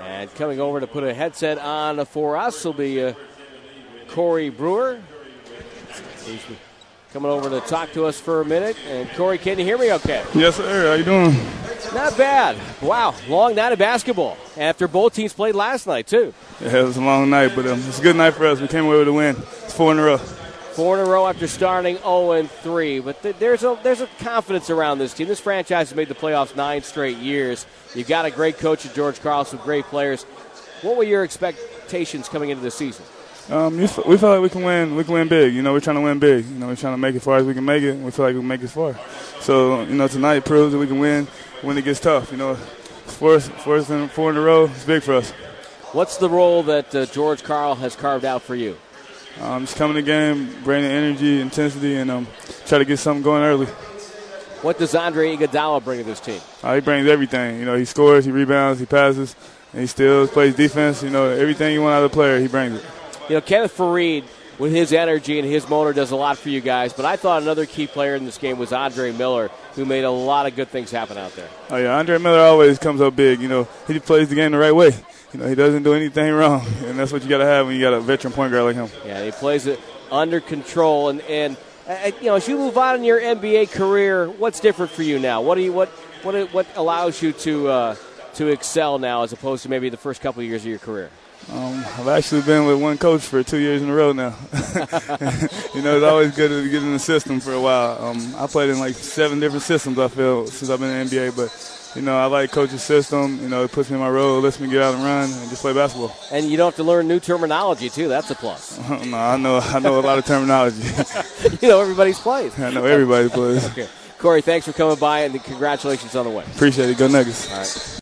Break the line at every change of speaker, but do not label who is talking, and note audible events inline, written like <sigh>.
And coming over to put a headset on for us will be uh, Corey Brewer. He's coming over to talk to us for a minute. And Corey, can you hear me okay?
Yes, sir. How you doing?
Not bad. Wow, long night of basketball after both teams played last night, too.
Yeah, it was a long night, but um, it's a good night for us. We came away with a win. It's four in a row.
Four in a row after starting 0 and 3. But th- there's, a, there's a confidence around this team. This franchise has made the playoffs nine straight years. You've got a great coach in George Carlson, great players. What were your expectations coming into the season?
Um, you f- we feel like we can win. We can win big. You know, we're trying to win big. You know, we're trying to make it far as we can make it. We feel like we can make it far. So you know, tonight proves that we can win when it gets tough. You know, it's four, four, in, four in a row. It's big for us.
What's the role that uh, George Carl has carved out for you?
Um, just coming to game, bringing energy, intensity, and um, try to get something going early.
What does Andre Iguodala bring to this team?
Uh, he brings everything. You know, he scores, he rebounds, he passes, and he steals, plays defense. You know, everything you want out of a player, he brings it.
You know, Kenneth Farid, with his energy and his motor, does a lot for you guys. But I thought another key player in this game was Andre Miller, who made a lot of good things happen out there.
Oh yeah, Andre Miller always comes up big. You know, he plays the game the right way. You know, he doesn't do anything wrong, <laughs> and that's what you got to have when you got a veteran point guard like him.
Yeah, he plays it under control. And, and uh, you know, as you move on in your NBA career, what's different for you now? What do you what what what allows you to uh, to excel now, as opposed to maybe the first couple of years of your career?
Um, I've actually been with one coach for two years in a row now. <laughs> you know, it's always good to get in the system for a while. Um, I played in like seven different systems, I feel, since I've been in the NBA. But, you know, I like coach's system. You know, it puts me in my role, lets me get out and run and just play basketball. <laughs>
And you don't have to learn new terminology too. That's a plus. <laughs>
no, I know, I know a lot of terminology. <laughs>
you know everybody's plays.
I know everybody plays.
okay. Corey, thanks for coming by and congratulations on the win.
Appreciate it. Go Nuggets.
All right.